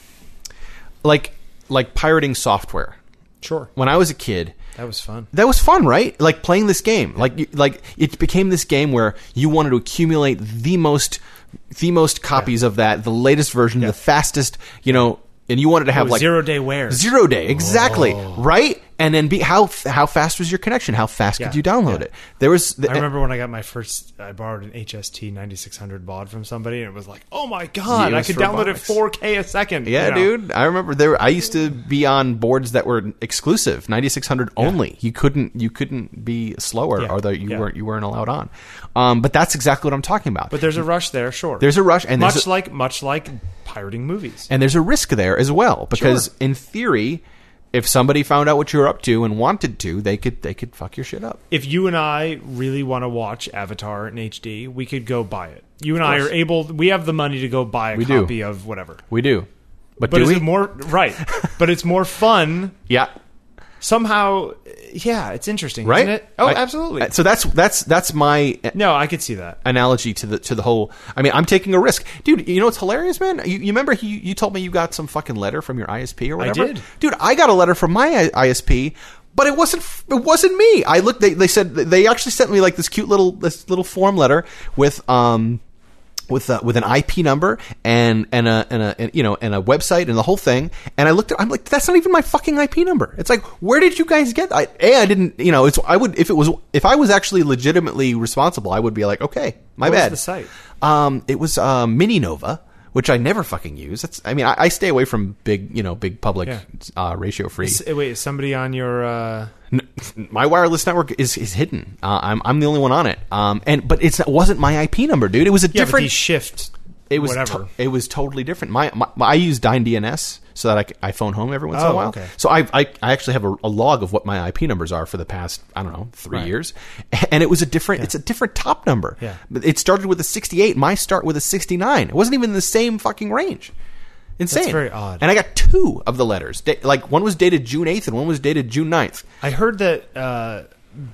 like like pirating software. Sure. When I was a kid, That was fun. that was fun, right? Like playing this game. Like you- like it became this game where you wanted to accumulate the most the most copies of that, the latest version, the fastest, you know, and you wanted to have like Zero day wear. Zero day, exactly, Oh. right? And then be how how fast was your connection? How fast Yeah, could you download yeah. it? There was the, I remember when I got my first. I borrowed an HST 9600 baud from somebody, and it was like, oh my god, Yeah, it I was could for download it box. 4K a second. Yeah, you know? dude. I remember there. I used to be on boards that were exclusive, ninety six hundred only. You couldn't. You couldn't be slower, Yeah, although you yeah. weren't. You weren't allowed on. Um, but that's exactly what I'm talking about. But there's a rush there, sure. There's a rush, and there's much a- like much like pirating movies. and there's a risk there as well because Sure. in theory, if somebody found out what you were up to and wanted to, they could. They could fuck your shit up. if you and I really want to watch Avatar in HD, we could go buy it. You and I are able. We have the money to go buy a We do. copy of whatever. We do, but, But do is we? it more [LAUGHS] right? but it's more fun yeah. somehow. Yeah, it's interesting, Right? Isn't it? Oh, I- uh, absolutely. So that's that's that's my uh, no, I could see that. analogy to the to the whole. I mean, I'm taking a risk, dude. You know what's hilarious, man? You, you remember you, you told me you got some fucking letter from your ISP or whatever, did. dude. I got a letter from my I- ISP, but it wasn't f- it wasn't me. I looked. They, they said they actually sent me like this cute little this little form letter with um. With, uh, with an IP number and and a, and a and, you know and a website and the whole thing and I looked at I'm like that's not even my fucking IP number it's like where did you guys get I a I didn't you know it's I would if it was if I was actually legitimately responsible I would be like okay my What was bad the site? um, it was uh, Mini Nova, which I never fucking use. That's, I mean, I, I stay away from big, you know, big public Yeah. uh, ratio free. S- Wait, is somebody on your? Uh, N- My wireless network is is hidden. Uh, I'm I'm the only one on it. Um, and but it's it wasn't my IP number, dude. It was a yeah, but different. these shift. it was whatever. to- it was totally different. My, my, my- I use Dyn DNS so that I, c- I phone home every once in a Oh, while. okay. So I, I I actually have a, a log of what my IP numbers are for the past I don't know three years, [LAUGHS] and it was a different. It's a different top number. Yeah. But it started with a 68. My start with a 69. It wasn't even in the same fucking range. Insane. very odd. And I got two of the letters. Da- like one was dated June 8th and one was dated June 9th. I heard that uh,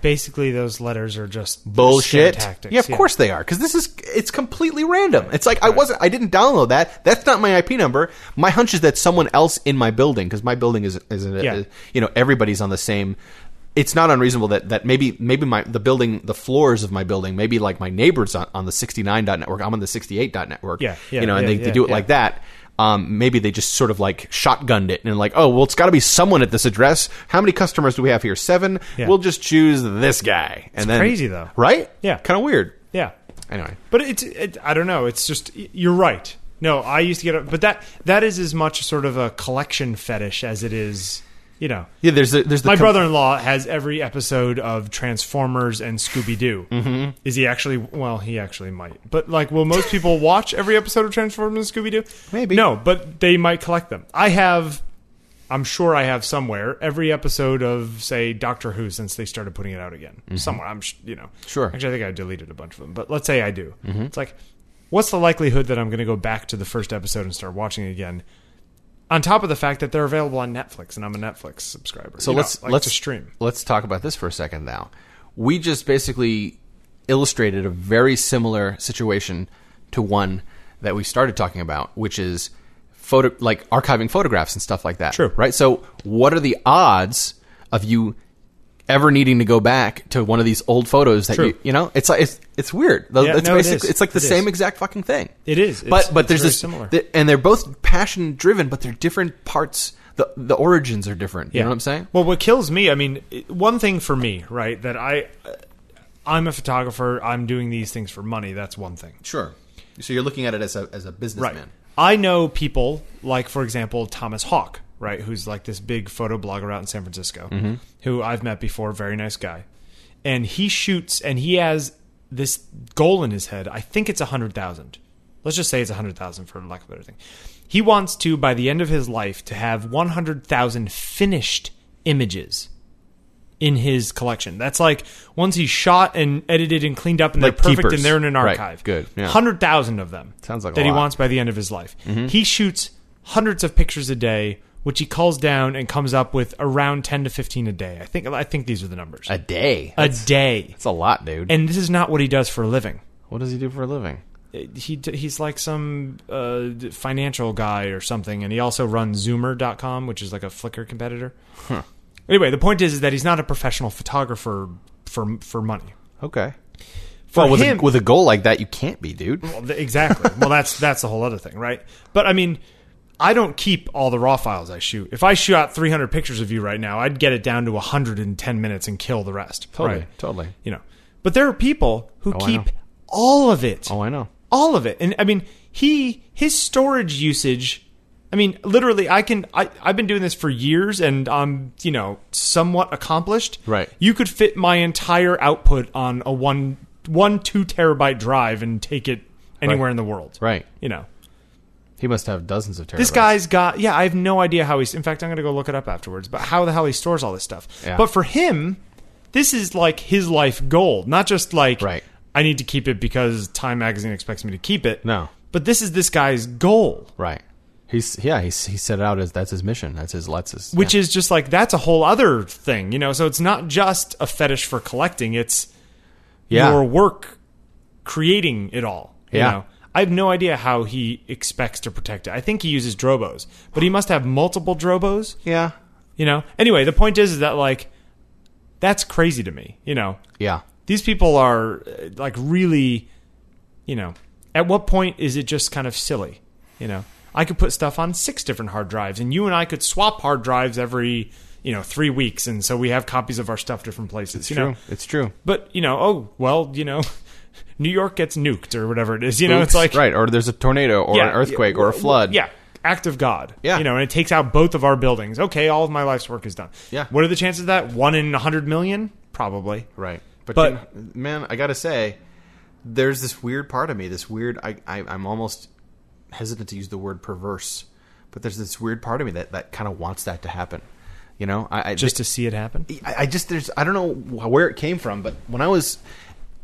basically those letters are just scam bullshit. tactics. yeah, of course they are because this is it's completely random. It's like I wasn't, I didn't download that. That's not my IP number. My hunch is that someone else in my building because my building is is Yeah. you know everybody's on the same. it's not unreasonable that, that maybe maybe my the building the floors of my building maybe like my neighbors on, on the 69 dot network I'm on the 68 dot network Yeah, yeah, you know yeah, and they, they yeah, do it yeah. like that um, maybe they just sort of like shotgunned it and like oh well it's got to be someone at this address how many customers do we have here seven Yeah. we'll just choose this guy and then crazy, though. right Yeah. kind of weird Yeah. anyway But it's it, I don't know. It's just y- you're right. No, I used to get up, but that that is as much sort of a collection fetish as it is, you know. yeah there's the, there's the My com- brother-in-law has every episode of Transformers and Scooby Doo. Mm-hmm. Is he actually? Well, he actually might. But like, will most people watch every episode of Transformers and Scooby Doo? Maybe. No, but they might collect them. I have. I'm sure I have somewhere every episode of say Doctor Who since they started putting it out again. Somewhere I'm sh- you know Mm-hmm. Sure. Mm-hmm. Actually, I think I deleted a bunch of them, but let's say I do. It's like, what's the likelihood that I'm going to go back to the first episode and start watching it again? On top of the fact that they're available on Netflix, and I'm a Netflix subscriber. So you let's know, like let's to stream. Let's talk about this for a second now. We just basically illustrated a very similar situation to one that we started talking about, which is photo like archiving photographs and stuff like that. True. Right? So what are the odds of you ever needing to go back to one of these old photos that True. you you know? It's like it's, it's weird. Yeah, it's no, it basically is. it's like the It is. same exact fucking thing. It is. It's- but but it's there's very this similar. th- and they're both passion driven, but they're different parts. The, the origins are different. You know what I'm saying? Well, what kills me, I mean, it- one thing for me, right, that I, I'm a photographer. I'm doing these things for money. That's one thing. Sure. So you're looking at it as a as a businessman. I know people like, for example, Thomas Hawk, right, who's like this big photo blogger out in San Francisco, Mm-hmm. who I've met before, very nice guy, and he shoots and he has this goal in his head. I think it's a hundred thousand. Let's just say it's a hundred thousand for lack of a better thing. He wants to, by the end of his life, to have one hundred thousand finished images in his collection. That's like once he's shot and edited and cleaned up and Like they're perfect keepers. and they're in an Right, archive. good, yeah. Hundred thousand of them Sounds like a that he lot. wants by the end of his life. Mm-hmm. He shoots hundreds of pictures a day, which he calls down and comes up with around ten to fifteen a day. I think I think these are the numbers A day. a day. That's a lot, dude. And this is not what he does for a living. Uh, what does he do for a living? He d- he's like some uh, d- financial guy or something, and he also runs Zoomer.com, which is like a Flickr competitor. Anyway, the point is, is that he's not a professional photographer for for money. Okay. For well, with him- a, with a goal like that, you can't be, dude. Well, th- [LAUGHS] exactly. well, that's that's the whole other thing, right? But I mean, I don't keep all the raw files I shoot. If I shot 300 pictures of you right now, I'd get it down to 110 minutes and kill the rest. Totally, right? totally. Oh, You know. But there are people who I keep know. all of it. Oh, I know. All of it. And I mean, he his storage usage I mean, literally, I can. I, I've been doing this for years, and I'm, you know, somewhat accomplished. Right. You could fit my entire output on a one, one two terabyte drive and take it anywhere Right. in the world. Right. You know, He must have dozens of terabytes. this guy's got. Yeah, I have no idea how he's. In fact, I'm going to go look it up afterwards. But how the hell he stores all this stuff. Yeah. But for him, this is like his life goal, not just like Right. I need to keep it because Time Magazine expects me to keep it. No. But this is this guy's goal. Right. He's yeah. He's he set it out as that's his mission. That's his that's his which yeah. is just like that's a whole other thing, you know. So it's not just a fetish for collecting; it's yeah. your work creating it all. You Yeah. know? I have no idea how he expects to protect it. I think he uses drobos, but he must have multiple drobos. yeah You know. Anyway, the point is, is that like that's crazy to me. You know, yeah these people are uh, like really, you know, at what point is it just kind of silly? You know, I could put stuff on six different hard drives, and you and I could swap hard drives every, you know, three weeks, and so we have copies of our stuff different places. you true. know, It's true. but you know, oh well, you know, [LAUGHS] New York gets nuked or whatever it is. You know, it's like right or there's a tornado or an earthquake or a w- flood. Yeah. Act of God. Yeah. You know, and it takes out both of our buildings. Okay, all of my life's work is done. Yeah. What are the chances of that? One in a hundred million? Probably. Right. But, But- you know, man, I gotta say, there's this weird part of me, this weird I, I I'm almost hesitant to use the word perverse, but there's this weird part of me that, that kinda wants that to happen. You know? I, I Just to see it happen. I, I just there's I don't know wh- where it came from, but when I was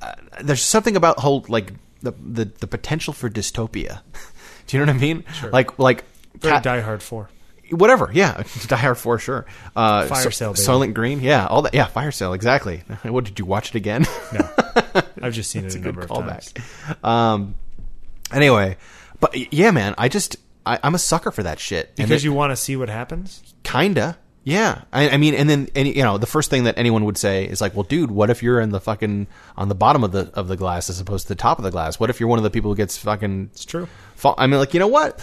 uh, there's something about whole like the the, the potential for dystopia. [LAUGHS] Do you know what I mean? Like like Very cat- Die Hard 4. whatever. Yeah, [LAUGHS] Die Hard for sure. Uh, Fire Sale, baby. Silent Green. Yeah, all that. Yeah, Fire Sale. Exactly. [LAUGHS] What did you watch it again? [LAUGHS] No. I've just seen it a, number of times. callback. Um, anyway, but y- yeah, man, I just I, I'm a sucker for that shit And Because it- you want to see what happens? kinda. Yeah, I, I mean, and then and, you know, the first thing that anyone would say is like, "Well, dude, what if you're in the fucking on the bottom of the of the glass as opposed to the top of the glass? What if you're one of the people who gets fucking?" It's true. Fall? I mean, like you know what?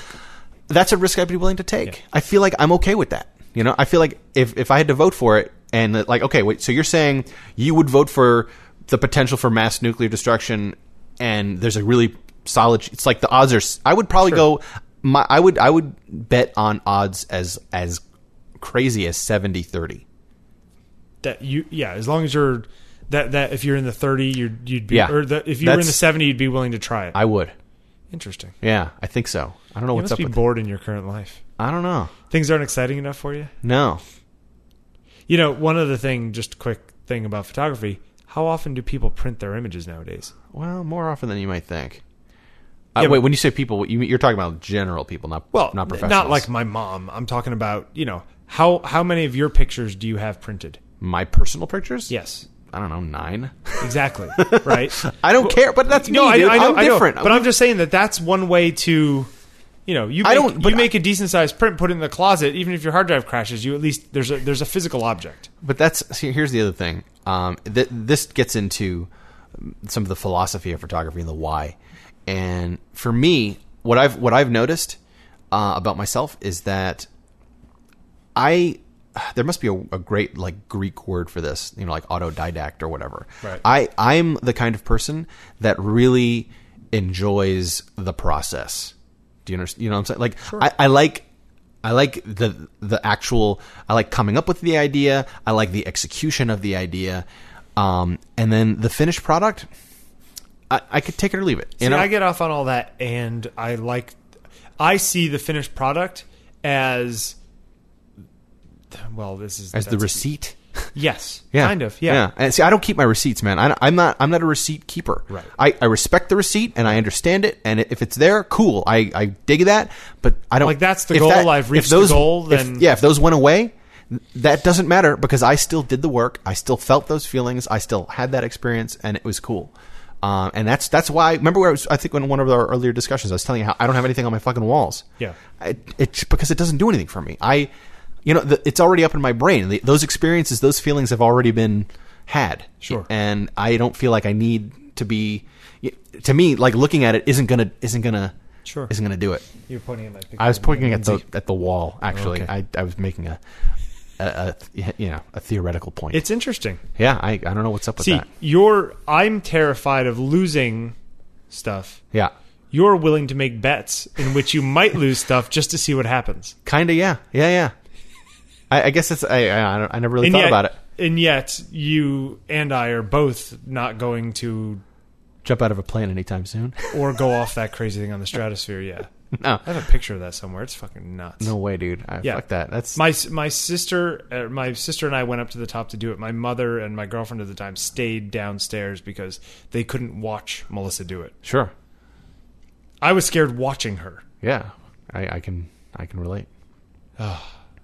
That's a risk I'd be willing to take. I feel like I'm okay with that. You know, I feel like if if I had to vote for it and that, like, okay, wait, so you're saying you would vote for the potential for mass nuclear destruction, and there's a really solid. It's like the odds are. s- I would probably Sure. go. My, I would I would bet on odds as as crazy as 70 30. That you yeah, as long as you're that that if you're in the 30, you'd you'd be Yeah. or the, if you were in the That's- 70, you'd be willing to try it. I would. Interesting. Yeah, I think so. I don't know You what's must up be with bored in your current life. I don't know. Things aren't exciting enough for you. No. You know, one other thing, just a quick thing about photography. How often do people print their images nowadays? Well, more often than you might think. Uh, Yeah, wait, but- when you say people, you, you're talking about general people, not Well, not n- professionals. Not like my mom. I'm talking about you know how how many of your pictures do you have printed? my personal pictures. Yes, I don't know nine. [LAUGHS] exactly. right. I don't care, but that's No, me, I, dude. I know, am I know, different. but I'm just saying that that's one way to, you know, you make, I don't- but you I- make a decent sized print, put it in the closet. Even if your hard drive crashes, you at least there's a there's a physical object. But that's see, here's the other thing. Um, th- this gets into some of the philosophy of photography and the why. And for me, what I've what I've noticed uh, about myself is that I [SIGHS] there must be a, a great like Greek word for this, you know, like autodidact or whatever. Right. I I'm the kind of person that really enjoys the process. Do you understand? You know what I'm saying? Like I, I like I like the the actual I like coming up with the idea. I like the execution of the idea, um, and then the finished product. I, I could take it or leave it. You See, know, I get off on all that, and I like, I see the finished product as, well, this is as the that's- receipt. Yes, Yeah. kind of, yeah. And see, I don't keep my receipts, man. I, am not. I'm not a receipt keeper. Right. I, I respect the receipt and I understand it. And if it's there, cool. I, I dig that. But I don't Like, that's the if goal, I've reached the goal, if- then- yeah, if those went away, that doesn't matter because I still did the work. I still felt those feelings. I still had that experience, and it was cool. Um, and that's that's why. Remember where I, was, I think in one of our earlier discussions, I was telling you how I don't have anything on my fucking walls. Yeah. I, it's because it doesn't do anything for me. I, you know, the, it's already up in my brain. The, those experiences, those feelings have already been had. Sure. And I don't feel like I need to be. To me, like looking at it isn't gonna isn't gonna Sure. isn't gonna do it. You're pointing at my picture. I was pointing at the at the wall. Actually, Okay. I, I was making a, a, a you know a theoretical point. It's interesting. yeah, I, I don't know what's up with See, that. you're I'm terrified of losing stuff. Yeah, You're willing to make bets in which you might lose stuff just to see what happens. kind of. Yeah, yeah, yeah. I, I guess it's I I, I, don't, I never really thought yet, about it. And yet, you and I are both not going to Jump out of a plane anytime soon? [LAUGHS] or go off that crazy thing on the stratosphere. Yeah, no, I have a picture of that somewhere. It's fucking nuts. no way, dude. I, Yeah. Fuck that. That's My my sister uh, my sister and I went up to the top to do it. My mother and my girlfriend at the time stayed downstairs because they couldn't watch Melissa do it. sure. I was scared watching her. Yeah, I, I can I can relate. All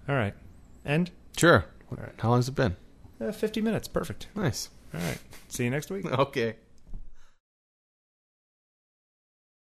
right, and Sure. How long's it been? uh, fifty minutes, perfect. Nice. [LAUGHS] All right, see you next week. Okay.